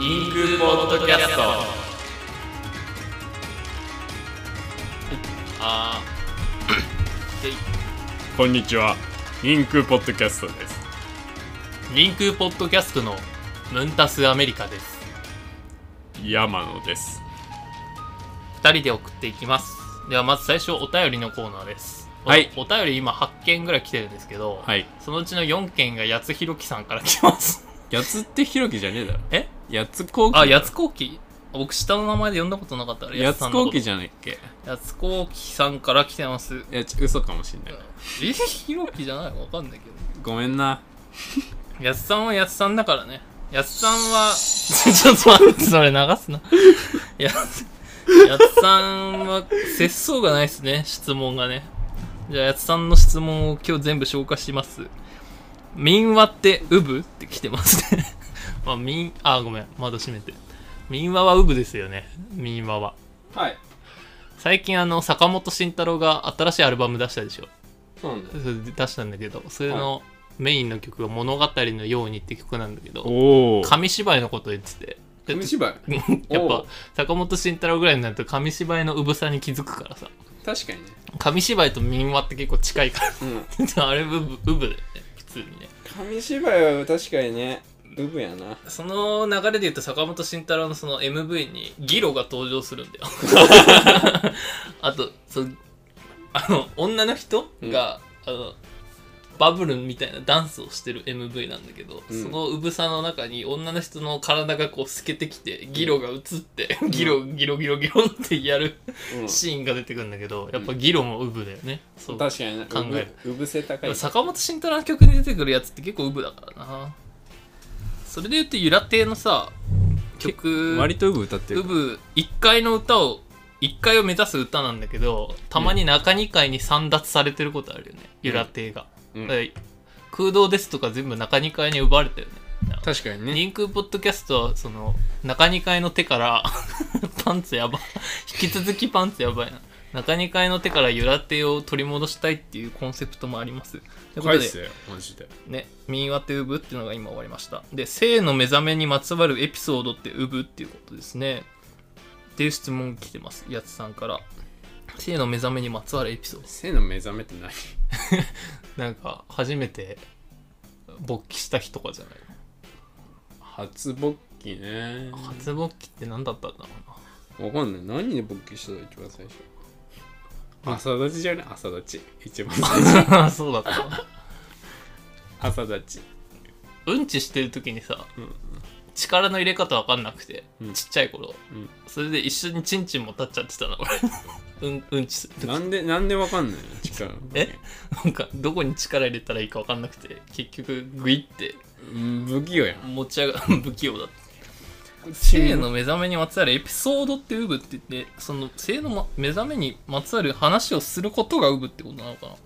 人空ポッドキャストあーでこんにちは。インクポッドキャストです。人空ポッドキャストのムンタスアメリカです山野です。 2人で送っていきますではまず最初お便りのコーナーですおはいお便り今8件ぐらい来てるんですけど、はい。そのうちの4件が八つひろきさんから来ますやつってひろきじゃねえだろ。えやつこうき。あ八つこうき僕下の名前で呼んだことなかったからやつこうきゃじゃないっけ。八つこうきさんから来てますいや、ち嘘かもしんない。えひろきじゃないわかんないけどごめんな。やすさんはやすさんだからね。やすさんは、 ちょっと待って、それ流すな。 やす、やすさんは、節操がないですね、質問がね。じゃあ、やすさんの質問を今日全部消化します。民話って、うぶって来てますね。 まあ、民、あ、ごめん、窓閉めて。民話はうぶですよね、民話は。はい。最近あの、坂本慎太郎が新しいアルバム出したでしょ。そうなんだそ。れで出したんだけど、それのメインの曲が物語のようにって曲なんだけど、おお。紙芝居のこと言っててだって芝居。やっ おぱう坂本慎太郎ぐらいになると紙芝居のうぶさに気づくからさ確かにね。紙芝居と民話って結構近いから うん。あれうぶうぶだよね普通にね紙芝居は確かにね、ブブやな。その流れで言うと坂本慎太郎のその MV にギロが登場するん だよあとそのあの女の人が、あのバブルみたいなダンスをしてる MV なんだけど、うんそのうぶさの中に女の人の体がこう透けてきてギロが映って、ギロギロギロギロってやるう。シーンが出てくるんだけどやっぱギロもウブだよね、そうん確かにね。考えうぶうぶせ高でいも。坂本慎太郎の曲に出てくるやつって結構ウブだからなそれで言うとゆら亭のさ曲とうぶ歌ってウ。ブ1階の歌を1階を目指す歌なんだけどたまに中2階に散奪されてることあるよね、ゆら亭が、うんだから空洞ですとか全部中2階に奪われたよね確かにね。人空ポッドキャストはその中2階の手から パンツやば引き続きパンツやばいな中2階の手からゆら手を取り戻したいっていうコンセプトもありますというこ返とせでよ、マジで。ね「民話ってウブ」っていうのが今終わりましたで性の目覚めにまつわるエピソードってウブっていうことですねっていう質問来てますやつさんから性の目覚めにまつわるエピソード背の目覚めって何なんか初めて勃起した日とかじゃない初勃起ね。初勃起って何だったんだろうなわかんない。何で勃起したの一番最初。朝立ちじゃね朝立ち。一番 最 初。そうだった。朝立ち。うんちしてる時にさ、ん力の入れ方わかんなくて、うんちっちゃい頃、うんそれで一緒にチンチンも立っちゃってた な、俺。うん、うんちする時なんで、なんでわかんないの力の。えなんか、どこに力入れたらいいかわかんなくて、結局、グイってうん不器用やん。持ち上がる、 不器用だった。せ性の目覚めにまつわるエピソードってウブって言って、その性のま目覚めにまつわる話をすることがウブってことなのかな。ま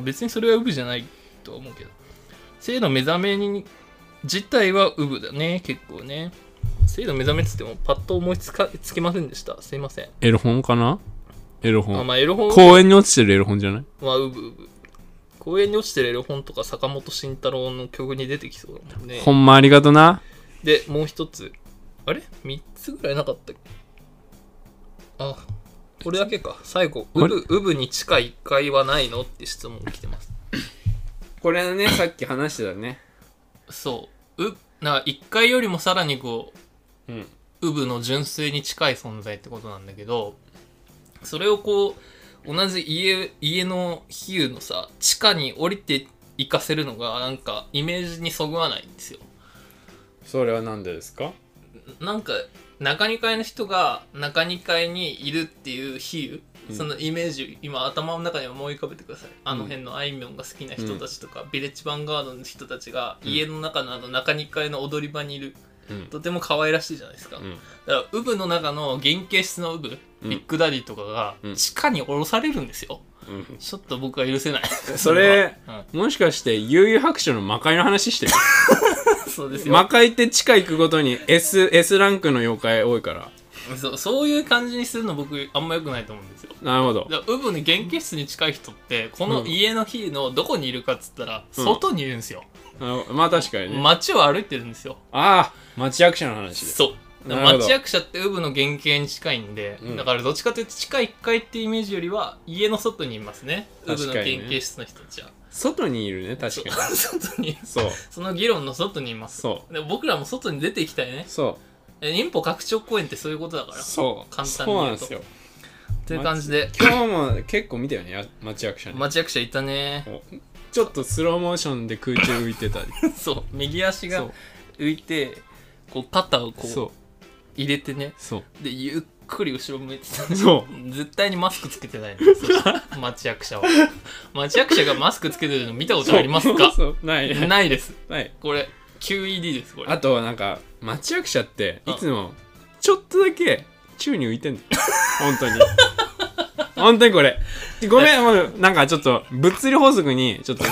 あ、別にそれはウブじゃないとは思うけど。性の目覚めに自体はウブだね、結構ね。性の目覚めって言ってもパッと思いつかつきませんでした。すいません。エロ本かなエロあ本。まあ、エロ本公園に落ちてるエロ本じゃないはウブウブ。公園に落ちてるエロ本とか坂本慎太郎の曲に出てきそうだもんね。ほんまありがとな。で、もう一つ。あれ ?3 つぐらいなかったっけあ、これだけか。最後、あウれブ、ウブに地下1階はないのって質問来てます。これね、さっき話してたね。そう。う、なんか1階よりもさらにこうん。う、ウブの純粋に近い存在ってことなんだけど、それをこう、同じ家、家の比喩のさ、地下に降りて行かせるのが、なんか、イメージにそぐわないんですよ。それはなんでですかなんか中2階の人が中2階にいるっていう比喩、うんそのイメージ今頭の中に思い浮かべてくださいあの辺のあいみょんが好きな人たちとか、ビレッジヴァンガードの人たちがうん家の中のあの中2階の踊り場にいるうん。とても可愛らしいじゃないですか、だからウブの中の原型質のウブ、うんビッグダディとかがうん地下に降ろされるんですようん。ちょっと僕は許せないそれ は、もしかして、悠々白書の魔界の話 してるそうですよ、魔界って地下行くごとに S、S ランクの妖怪多いから。そうそういう感じにするの僕あんま良くないと思うんですよなるほど。だからウブの原型室に近い人ってこのうん家の日のどこにいるかっつったらうん外にいるんですよ、あまあ確かにね、街を歩いてるんですよ。ああ町役者の話でそう。なるほど町役者ってウブの原型に近いんで、うんだからどっちかというと地下1階ってイメージよりは家の外にいますね。ウブ確のか原にね型室の人たちは。外にいるね確かにそう外に、そうその議論の外にいます。そでも僕らも外に出ていきたいねう。そえ忍法拡張公演ってそういうことだかうら。そう簡単に言うとそうなんですよという感じで、今日も結構見たよねや町役者に町役者いたね。おちょっとスローモーションで空中浮いてたりそう。右足そがう浮いて、こう肩をこそうう入れてね。そうで、ゆっくり後ろ向いてたねそ絶対にマスクつけてないの。そして町役者は。町役者がマスクつけてるの見たことありますかそうそうないねないです。ないこれ、QED です、これ。あとはなんか町役者ってうんいつもちょっとだけ宙に浮いてんの本当に 本当にこれごめんもうなんかちょっと物理法則に ちょっと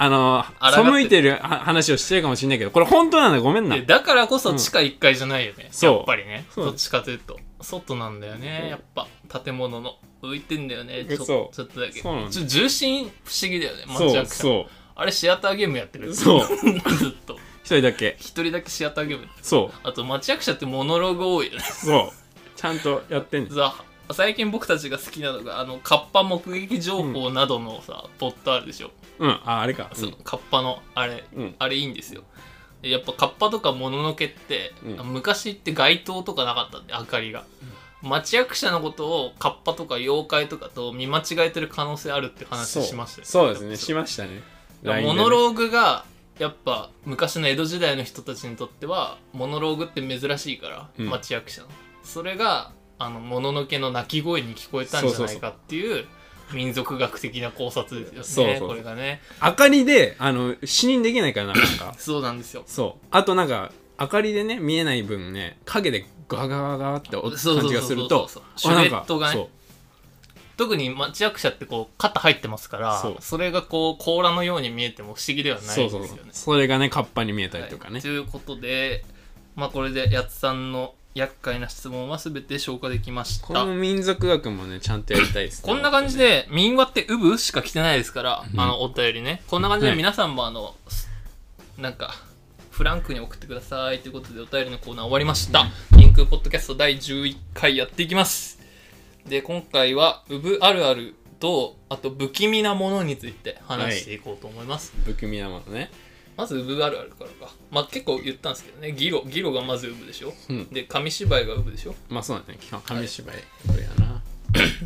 あの抗って背いてるは話をしてるかもしれないけどこれ本当なんだごめんなでだからこそ地下1階じゃないよね、そうやっぱりねそうどっちかというと外なんだよねやっぱ建物の浮いてんだよねちょそうちょっとだけそうなんだちょ重心不思議だよね町そう役者そあれシアターゲームやってるうそう ずっと一人だけ一人だけシアターゲームやってるそうあと町役者ってモノローグ多いよねそうちゃんとやってんのさ最近僕たちが好きなのがあのカッパ目撃情報などのさ、ポットあるでしょ、うんああれかそのカッパのあれうんうんあれいいんですよでやっぱカッパとかもののけって、うん昔って街灯とかなかったんで明かりが、町役者のことをカッパとか妖怪とかと見間違えてる可能性あるってそ話うしましたよそうですねしましたねだから LINE でモねノローグがやっぱ昔の江戸時代の人たちにとってはモノローグって珍しいから、うん町役者のそれがあのもののけの鳴き声に聞こえたんじゃないかっていう民族学的な考察ですよねそうそうそうこれがね明かりであの視認できないからななん かそうなんですよそうあとなんか明かりでね見えない分ね影でガガガガって音そうそ感うじそがうすそうるとそうあなんシュレかットがねそう特に町役者ってこう肩入ってますからそうそれがこう甲羅のように見えても不思議ではないですそうよねそうそうそれがねカッパに見えたりはいとかねということでまあこれでやつさんの厄介な質問は全て消化できましたこの民族学もねちゃんとやりたいですねこんな感じで民話ってウブしか来てないですから、うんあのお便りねこんな感じではい皆さんもあの、すなんかフランクに送ってくださいということでお便りのコーナー終わりました「インクポッドキャスト第11回」やっていきますで今回はウブあるあるとあと不気味なものについて話していこうと思います、不気味なものねまずウブあるあるからかまあ結構言ったんですけどねギロギロがまずウブでしょうんで紙芝居がウブでしょまあそうだね基本紙芝居これやな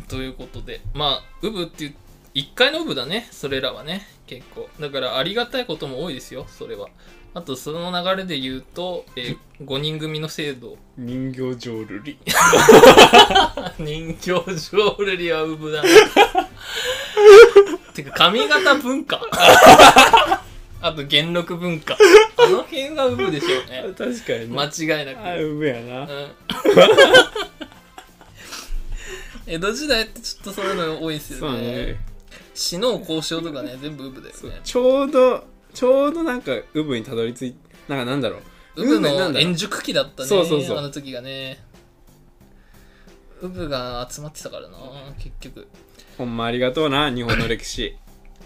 ということでまあウブっていう1回のウブだねそれらはね結構だからありがたいことも多いですよそれはあとその流れで言うと、え5人組の制度人形浄瑠璃 人形浄瑠璃はウブだな てか髪型文 化あと元禄文化あの辺がウブでしょうね確かに間ね違いなくあうぶやなうん 江戸時代ってちょっとそういうの多いですそようねね死の交渉とかね全部ウブだよそうねちょうどちょうどなんかウブにたどり着いなんかなんだろうウブのねなんだろう円熟期だったねそうそうそうあの時がねウブが集まってたからな結局ほんまありがとうな日本の歴史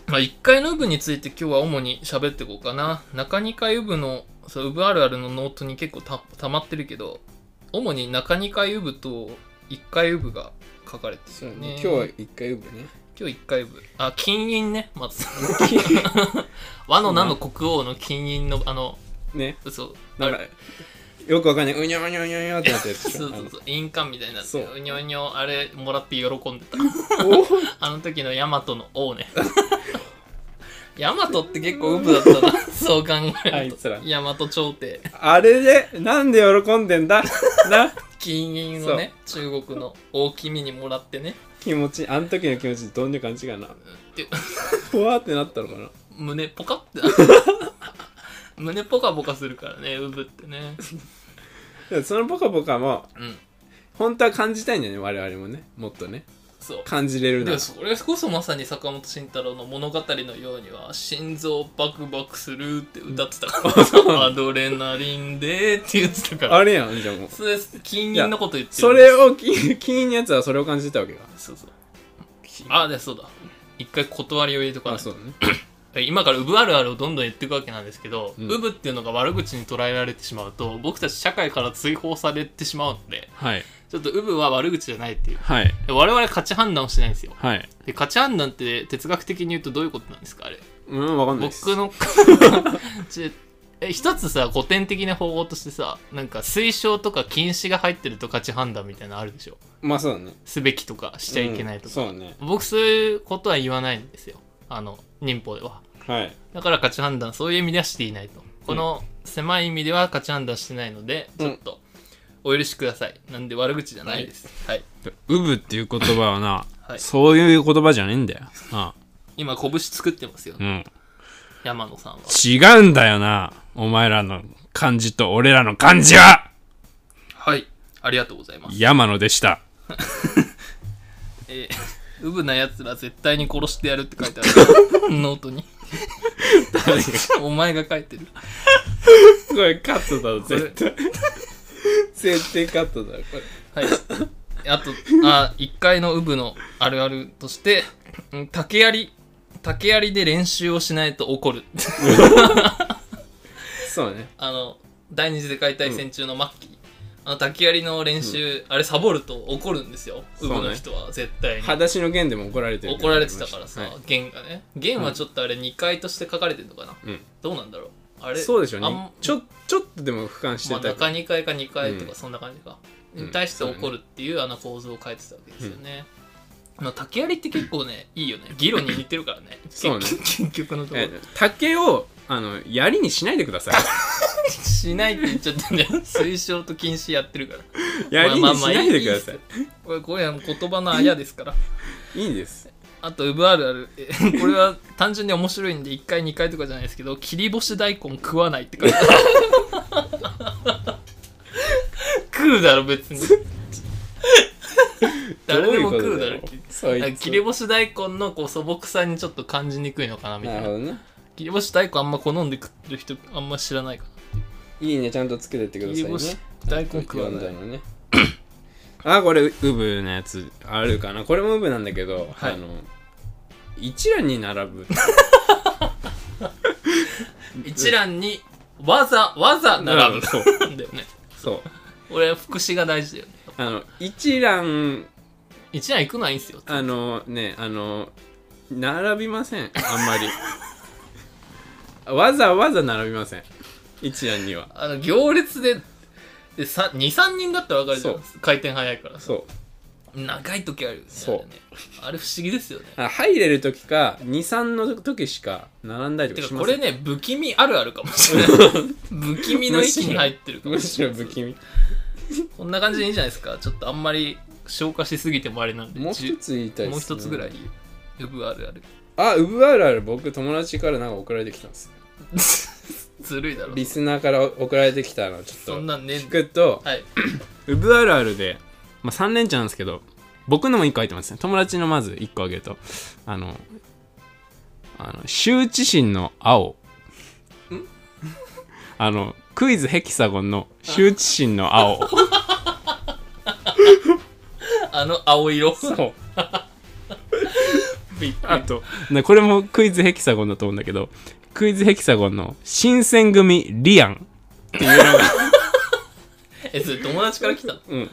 まあ1階のウブについて今日は主に喋っていこうかな中2階ウブのそうウブあるあるのノートに結構たたまってるけど主に中2階ウブと1階ウブが書かれてるよね今日は一回ウブね今日1回部あ金印ねま ず 和の名の国王の金印のあのね嘘なんかよくわかんないうにょうにょうにょうにょってなったやつそでうしょそうそう印鑑みたいになってそううにょうにょあれもらって喜んでたあのおあの時のヤマトの王 ね ヤマトって結構ウブだ ったなそう考あえるいとつらヤマト朝廷あれでなんで喜ん でんだな金印をね中国の大君にもらってね気持ちあの時の気持ちどんな感じかなでふわーってなったのかな胸ポカって 胸ポカポカするからねウブってねでもそのポカポカもうん本当は感じたいんだよね我々もねもっとねそう感じれるでなもらそれこそまさに坂本慎太郎の物語のようには「心臓バクバクする」って歌ってた から「アドレナリンで」って言ってたからあれやんじゃあもうそれ金銀のこと言ってるそれを気気にのやつはそれを感じてたわけかそうそうあでそうだ一回断りを入れとかあないそうだね今からウブあるあるをどんどん言っていくわけなんですけど、うんウブっていうのが悪口に捉えられてしまうと僕たち社会から追放されてしまうのではいちょっとウブは悪口じゃないっていうはいで我々価値判断をしないんですよはいで価値判断って哲学的に言うとどういうことなんですかあれうんわかんないです僕の ちえ一つさ古典的な方法としてさなんか推奨とか禁止が入ってると価値判断みたいなのあるでしょまあそうだねすべきとかしちゃいけないとか、うんそうね僕そういうことは言わないんですよあの忍法でははいだから価値判断そういう意味ではしていないとこの狭い意味では価値判断してないのでちうんょっとお許しくださいなんで悪口じゃないです、はいウブっていう言葉はな、はいそういう言葉じゃねえんだよあ今拳作ってますよ、うん山野さんは違うんだよなお前らの漢字と俺らの漢字ははいありがとうございます山野でしたえー、ウブなやつら絶対に殺してやるって書い てあるノートにお前が書いてるこれカットだろ絶対 絶対カットだろこれはいあとあ1階のウブのあるあるとしてうん竹槍竹槍で練習をしないと怒る そうねあの第二次世界大戦中の末期、あの竹槍の練習、あれサボると怒るんですよウうねブの人は絶対に、裸足の弦でも怒られてる怒られてたからさ、はい弦がね弦はちょっとあれ2階として書かれてるのかな、うんどうなんだろうあれそうでしょあねんちょちょっとでも俯瞰してまあ、た中ら2階か2階とうかんそんな感じか、うんに対して怒るっていうあの構図を変えてたわけですよね、まあ竹槍って結構ねいいよね議論に似てるからね そうね結結局のとこえろ竹をあの槍にしないでく ださいしないって言っちゃったんだよ推奨と禁止やってるから槍まあにまあしまあないでくださいいこれこれはもう言葉のあやですからいいんですあとウブあるある えこれは単純に面白いんで1回2回とかじゃないですけど切り干し大根食わないって書いてある 食うだろ別に誰でも食うだろどいことそいつ切り干し大根のこう素朴さにちょっと感じにくいのかなみたないるなほどね切り干し大根あんま好んで食ってる人あんま知らないかいいねちゃんとつけてってくださいね大根食わない読んだのね あこれウブのやつあるかなこれもウブなんだけど、はいあの一覧に 並ぶな一覧にわざわざ並ぶそうなん だよねそう俺福祉が大事だよねあの一覧一覧行くのはいいんすよあのねあの並びませんあん まりわざわざ並びません一覧にはあの行列でで23人だったら分かるじゃん回転早いからそう長い時あるよねそうあれねあれ不思議です よねあ入れる時か23の時しか並んだりとてかしかまこせんれね不気味あるあるかもし れない不気味の域に入ってるかもむししれろない不気味こんな感じでいいんじゃないですかちょっとあんまり消化しすぎてもあれなんでもうじゅ一つ言いたいもうですね一つぐらいよくあるあ るあ、ウブあるある僕友達からなんか送られてきたんです。ずるいだろリスナーから送られてきたのちそょんっとなんね聞くと、はいウブあるあるで、まあ、3連チャンなんですけど、僕のも1個入ってますね。友達のまず1個あげると、あの、あの、羞恥心の青。あの、クイズヘキサゴンの羞恥心の青。あの青色 そう。あと、なこれもクイズヘキサゴンだと思うんだけど、クイズヘキサゴンの新選組リアンっていうのが、 えそれ友達から来たのうん。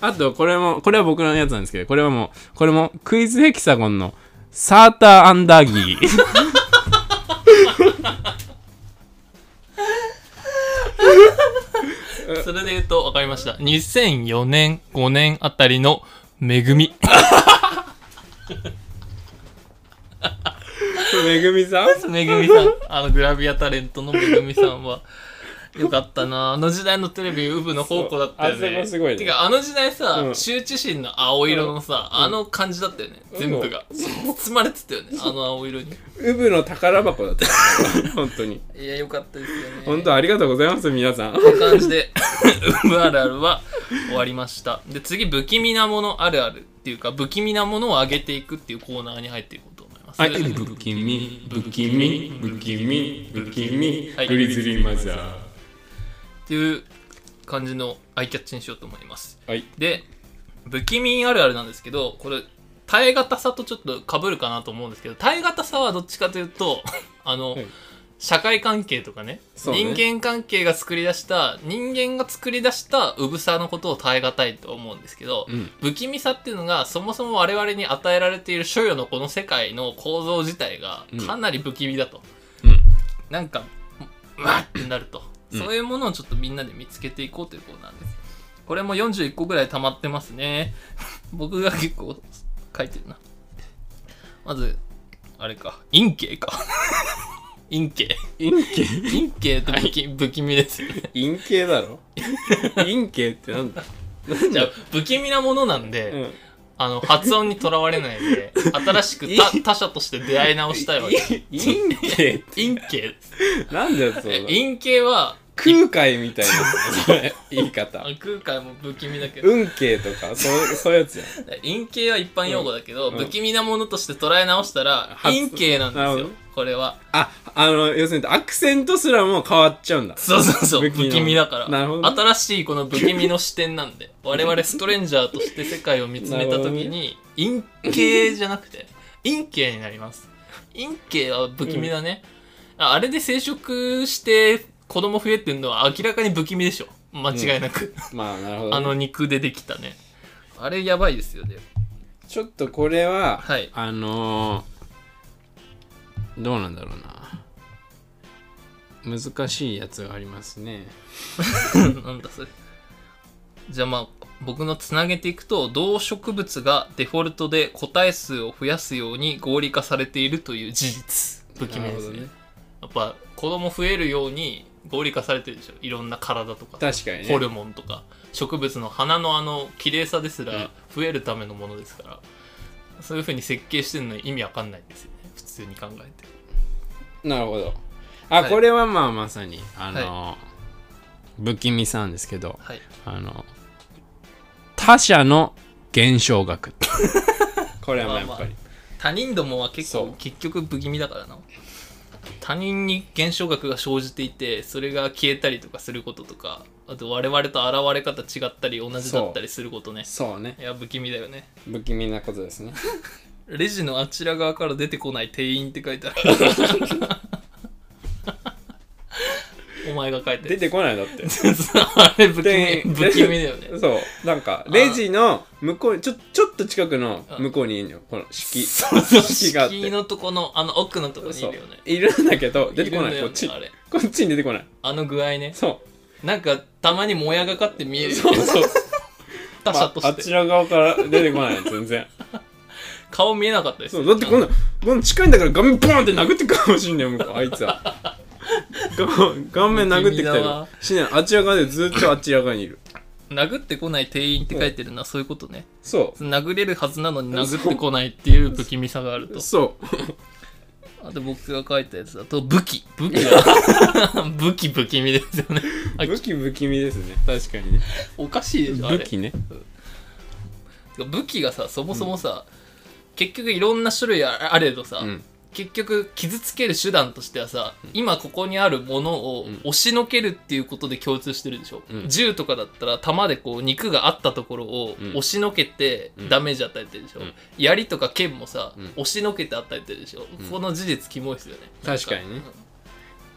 あと、これも、これは僕のやつなんですけど、これはもう、これもクイズヘキサゴンのサーターアンダーギー。それで言うと分かりました2004年5年あたりの恵み めぐ みさんめぐみさんあのグラビアタレントのめぐみさんはよかったなあの時代のテレビウブの宝庫だったよそうあそねこすごいねてかあの時代さ、うん羞恥心の青色のさ、あの感じだったよね、全部が包まれてたよねあの青色にウブの宝箱だった。 本当に。いやよかったですよね 本当ありがとうございます、皆さん。こんな感じでウブあるあるは終わりましたで次不気味なものあるあるっていうか不気味なものを上げていくっていうコーナーに入っていこうと思います、はい、不気味、不気味、不気味、不気味、はいグリズリーマザー。っていう感じのアイキャッチにしようと思いますはい。で不気味あるあるなんですけどこれ耐え難さとちょっと被るかなと思うんですけど、耐え難さはどっちかというと、 あの、はい社会関係とかねそうね人間関係が作り出した、人間が作り出したうぶさのことを耐え難いと思うんですけど、うん不気味さっていうのがそもそも我々に与えられている所与のこの世界の構造自体がうんかなり不気味だと、うんなんかうわっってなると、うんそういうものをちょっとみんなで見つけていこうというコーナーですこれも41個ぐらい溜まってますね 僕が結構書いてるなまずあれか陰茎 か陰茎陰茎陰茎って不気,、不気味ですよね陰茎だろ陰茎ってなん だなんじゃあだ不気味なものなんで、うんあの発音にとらわれないで新しく他他者として出会い直したいわけ陰茎って陰形なんだよそれ陰形は空海みた いなそれ言い方あ空海も不気味だけど運慶とかそうそういうやつや陰形は一般用語だけど、うん不気味なものとして捉え直したら発陰形なんなでするよほどこれはああの要するにアクセントすらも変わっちゃうんだそうそうそう不気味不な気味だからなるほどね新しいこの不気味の視点なんで我々ストレンジャーとして世界を見つめた時に、陰形じゃなくて陰形になります陰形は不気味だね、ああれで生殖して子供増えてんのは明らかに不気味でしょ間違いなく、まあなるほどあねの肉でできたねあれやばいですよねちょっとこれは、はいあのーどうなんだろうな難しいやつがありますね なんだそれ。じゃあまあ、僕のつなげていくと、動植物がデフォルトで個体数を増やすように合理化されているという事実。不気味ですね。なるやっぱ、子供増えるように合理化されてるでしょ。いろんな体とか、確かにねホルモンとか、植物の花のあの綺麗さですうんら増えるためのものですから、そういう風に設計してるのに意味わかんないんですよね。普通に考えて。なるほどあ、はいこれはまあまさにあのー、不気味さなんですけどはい。あの他者の減少額 これはまあやっぱり、まあま他人どもは結そ構う結局不気味だからな他人に減少額が生じていてそれが消えたりとかすることとかあと我々と現れ方違ったり同じだったりすることねそうねいや不気味だよね不気味なことですねレジのあちら側から出てこない店員って書い てあるお前が書いて出るてこないだって あれ不気店味員不気味だよねそうなんかレジの向こうにちょちょっと近くのうん向こうにいるのよこの式そうそう式があって敷居のとこのあの奥のとこにいるそようねいるんだけど出てこないるんだよこねっちあれこっちに出てこないあの具合ねそなんかたまにもやがかって見えるうよねそうそう、他者まとあしちて、ら側から出てこない全然顔見えなかったですそようだってこんなこの近いんだから顔面ポーンって殴ってくかもしんないもんあいつは顔顔面殴ってき不気た味だりわしないあちら側でずっとあちら側にいる殴ってこない店員って書いてるのはそういうことねそ殴れるはずなのに殴ってこないっていう不気味さがあるとうそうあと僕が書いたやつだと武器武器 は武器不気味ですよねあ武器不気味ですね確かにねおかしいでしょあれ武器ね武器がさそもそもさ、結局いろんな種類ああれどさ、うん結局傷つける手段としてはさ、今ここにあるものをん押しのけるっていうことで共通してるでしょ、うん銃とかだったら弾でこう肉があったところをうん押しのけてうんダメージ与えてるでしょ、うん槍とか剣もさ、うん押しのけて与えてるでしょ、んこの事実キモいですよね確かにねなん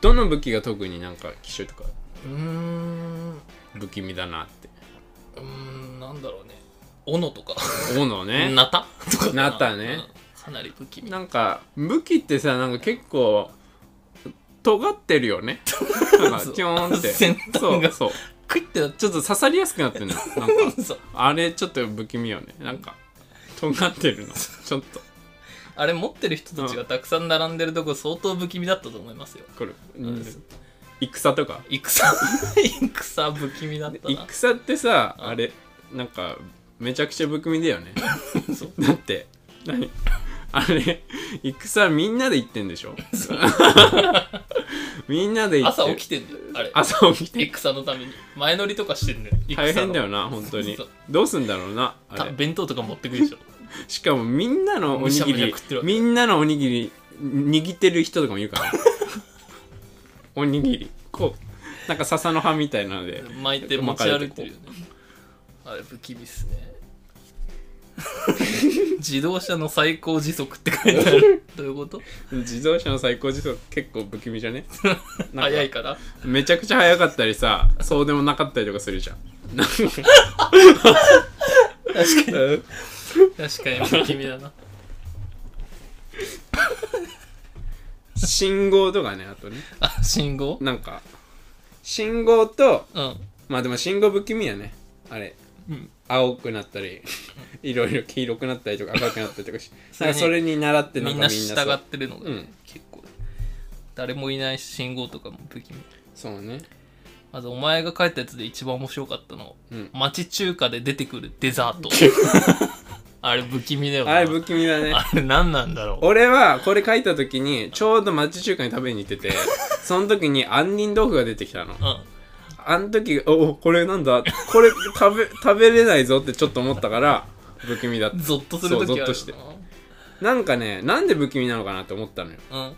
どの武器が特になんか機種とかうんうーん不気味だなってうーんなんだろうね斧とか思う のねナ タとかかナタねうんかなり不気味なんか武器ってさなんか結構尖ってるよねなんかそうキョー ンって先端がそうそうクイってなっちちょっと刺さりやすくなってるのよなんゃかうそうあれちょっと不気味よねなんか尖っ てるのちょっとあれ持ってる人たちがたくさん並んでるとこ相当不気味だったと思いますよこれ、ん戦とか戦 戦不気味だったな戦ってさうんあれなんかめちゃくちゃ不気味だよね そうだって何あれ戦みんなで行ってん でしょみんなで行って朝る起きてんだよあれ朝起きて戦のために前乗りとかしてんだよ戦の大変だよな本当にそうどうすんだろうなあたれ弁当とか持ってくでしょしかもみんなのおむにしゃぎむしゃり食ってるわけみんなのおにぎり握ってる人とかもいるから おにぎりこうなんか笹の葉みたいなので巻いて持ち歩いてるよねあれ不気味っすね 自動車の最高時速って書いてあ る。どういうこと自動車の最高時速結構不気味じゃ ねなん早いからめちゃくちゃ速かったりさそうでもなかったりとかするじゃんなんかうん確かに不気味だな。信号とかねあとねあ、信号なんか信号とうん。まあでも信号不気味やねあれうん。青くなったり いろいろ黄色くなったりとか赤くなったりと かしそなれんにかそれに習ってなみんんかなみん従なそうってるのが、うねん結構。誰もいないし信号とかも不気味。そうねあと、お前が書いたやつで一番面白かったの。うん町中華で出てくるデザ ート。あれ不気味だよなあれ不気味だねあれ何なんだろ俺はこれ書いた時にちょうど町中華に食べに行っ ててその時に杏仁豆腐が出てきたのう。うん。あの時おおこれなんだこれ食 べ食べれないぞってちょっと思ったから不気味だったゾッとするときあるよなそうゾッなんかねなんで不気味なのかなって思ったのようん。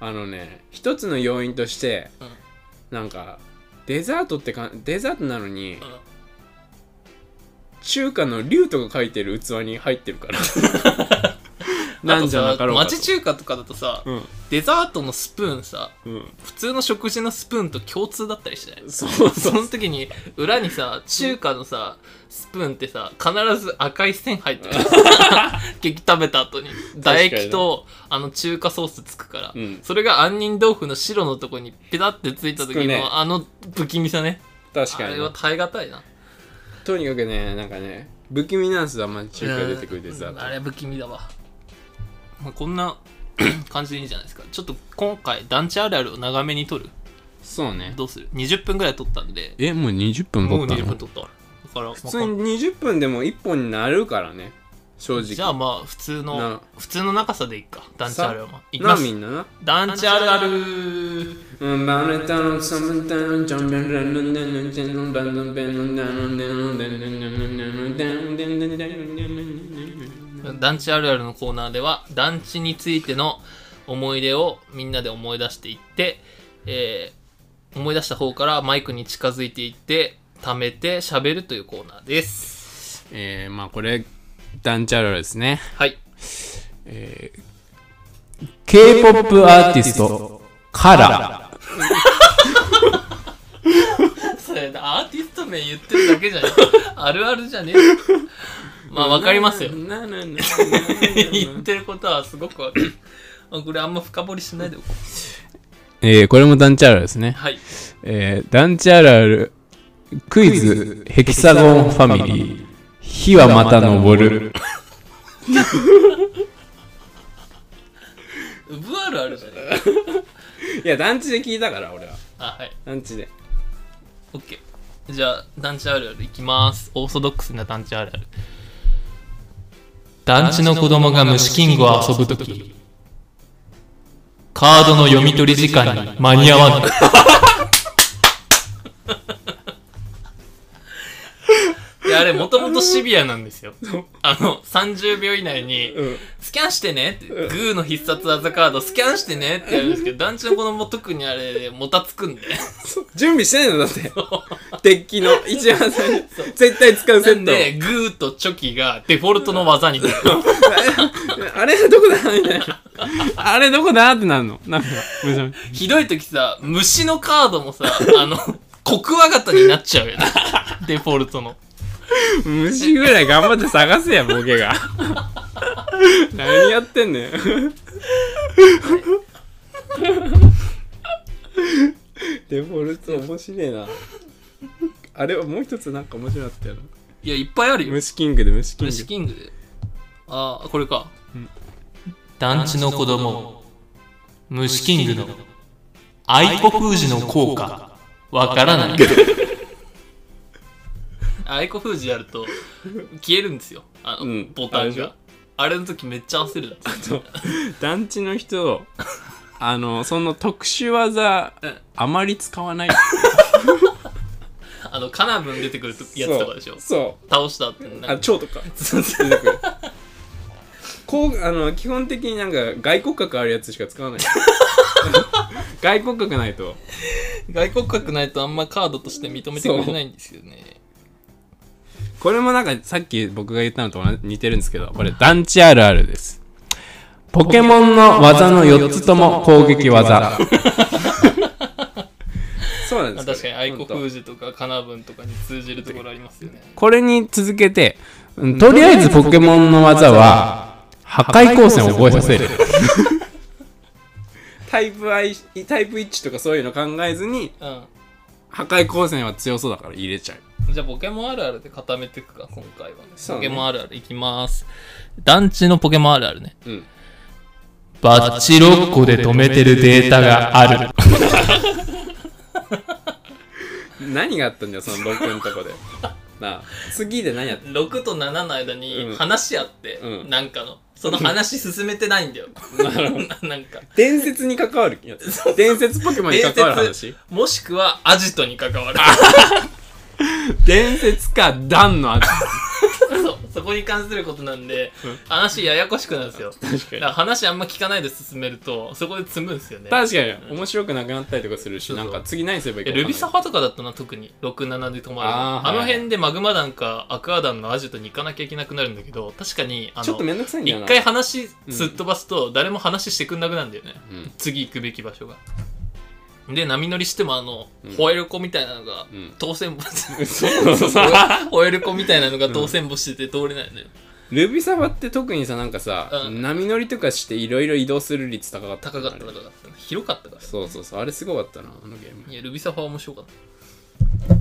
あのね一つの要因としてうん。なんかデザートってかデザートなのにうん中華の竜とか書いてる器に入ってるからなんじゃなかろうかあととさ町中華とかだとさ、うんデザートのスプーンさうん普通の食事のスプーンと共通だったりしないそうそう その時に裏にさ中華のさスプーンってさ必ず赤い線入って る結局食べた後に唾液とあの中華ソースつくから、うんそれが杏仁豆腐の白のとこにペタってついた時つの、くねあの不気味さね確かあにれねは耐え難いなとにかくねなんかね不気味なんすよ町中華出てくるデザうんあーれ不気味だわ、まあ、こんな 感じでいいんじゃないですかちょっと今回団地あるあるを長めに撮るトそうねどうする20分ぐらい撮ったんでえもう20分も持うった20分の撮っただから普通に20分でも1本になるからね正直じゃあまあ普通のな普通の長さでいっか団地あるあるもいきなまみすんなな団地あるあるうんバレたのサムタのジャンベンランドンデンドンチェンドンバンドンベンドンダンドンデンドンデンドンデンドンデンドンデンドンデンドンデンドンデンドンデン団地あるあるのコーナーでは団地についての思い出をみんなで思い出していって、えー思い出した方からマイクに近づいていって貯めて喋るというコーナーですえー、まあこれ団チャラルですねはいえー、K-POP アーティストカラそれアーティスト名言ってるだけじゃない あるあるじゃねえまあわかりますよななななな言ってることはすごくわか るあこれあんま深掘りしないでおこう えー、これも団チャラルですねはいえー、団地あるあるクイズヘキサゴンファミリー火はまた昇るうぶあるあるじゃねえいや団地で聞いたから俺はあはい団地で OK じゃあ団地あるあるいきますオーソドックスな団地あるある団地の子供が虫キングを遊ぶときカードの読み取り時間に間に合わ ないいやあれもともとシビアなんですよあの30秒以内にうんスキャンしてねって、グーの必殺技カードスキャンしてねってやるんですけど、団地の子供特にあれ、もたつくんで。準備してないのだって デッキの一番最初に絶対使うセなッんト で、グーとチョキがデフォルトの技になる。あれどこだみたいなあれどこだってなるのなんかむしろひどい時さ、虫のカードも さ、あの、コクワガタになっちゃうよね。デフォルトの。虫ぐらい頑張って探せやボケ が何やってんねんデフォルト面白いなあれはもう一つなんか面白かったよないや、いっぱいあるよ。虫キングで虫キング虫キングで。ああ、これか。うん団地の子供、虫キングの、愛子封じの効果、わからない。 愛子封じやると、消えるんですよ。あの、うんボタあれンでしがょ。あれの時めっちゃ焦るんですよそう団地の人あのその特殊技うんあまり使わないあの、カナブン出てくるやつとかでしょ。そう倒したってそうあなんか。蝶とか出てくるこうあの基本的になんか外骨格あるやつしか使 わない外骨格ないと外国格ないとあんまカードとして認めてくれないんですよね。これもなんかさっき僕が言ったのと同じ似てるんですけど、これ団地あるあるです。ポケモンの技の4つとも攻 撃技。そうなんであすよ確かに愛国富士とかカナブンとかに通じるところありますよねこれに続けて、うんとりあえずポケモンの技は、破壊光線を覚えさせる。タイプ愛タイプ1とかそういうの考えずに、う破壊光線は強そうだから入れちゃう。んじゃあポケモンあるあるで固めていくか今回は、そうポねケモンあるあるいきます団地のポケモンあるあるねうんバッチロッコで止めてるデータがある何があったんだよ、その6のとこで。なあ、次で何やって6と7の間うにん話し合って、うんなんかのその話進めて ないんだよなんか伝説に関わるやつ。伝説ポケモンに関わる話もしくはアジトに関わる伝説か、ダンの話。 そうそこに関することなんで、話ややこしくなるんですよ 確かだにから話あんま聞かないで進めるとそこで積むんですよね確かに、面白くなくなったりとかするし、そうそなうんか次何すればいいかえ分ルかんないビサファとかだったな特に67で止まるああ,、ーはいの辺でマグマ団かアクア団のアジトに行かなきゃいけなくなるんだけど確かにあちょっとのめんどくさいんだよ一な。回話すっ飛ばすと誰も話してくんなくなるんだよね、うん次行くべき場所がで波乗りしてもあの、うんホエルコみたいなのが、うん当選 簿そうそうそう。 ホエルコみたいなのが当選簿してて通れないんだよ、ルビサファって特にさ、なんかさ、うん波乗りとかしていろいろ移動する率高かった。高かった高かった広かったからそうそうそう、あれすごかったな、あのゲーム。いやルビサファは面白かっ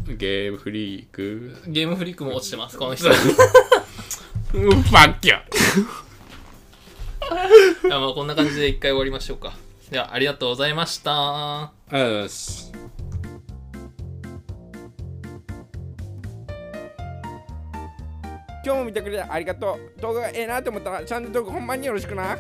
たゲームフリーク。ゲームフリックも落ちてますこの人うん、ファッキャいやまあこんな感じで一回終わりましょうかではありがとうございましたありがとうございます。今日も見てくれてありがとう動画がええなと思ったらチャンネル登録ほんまによろしくな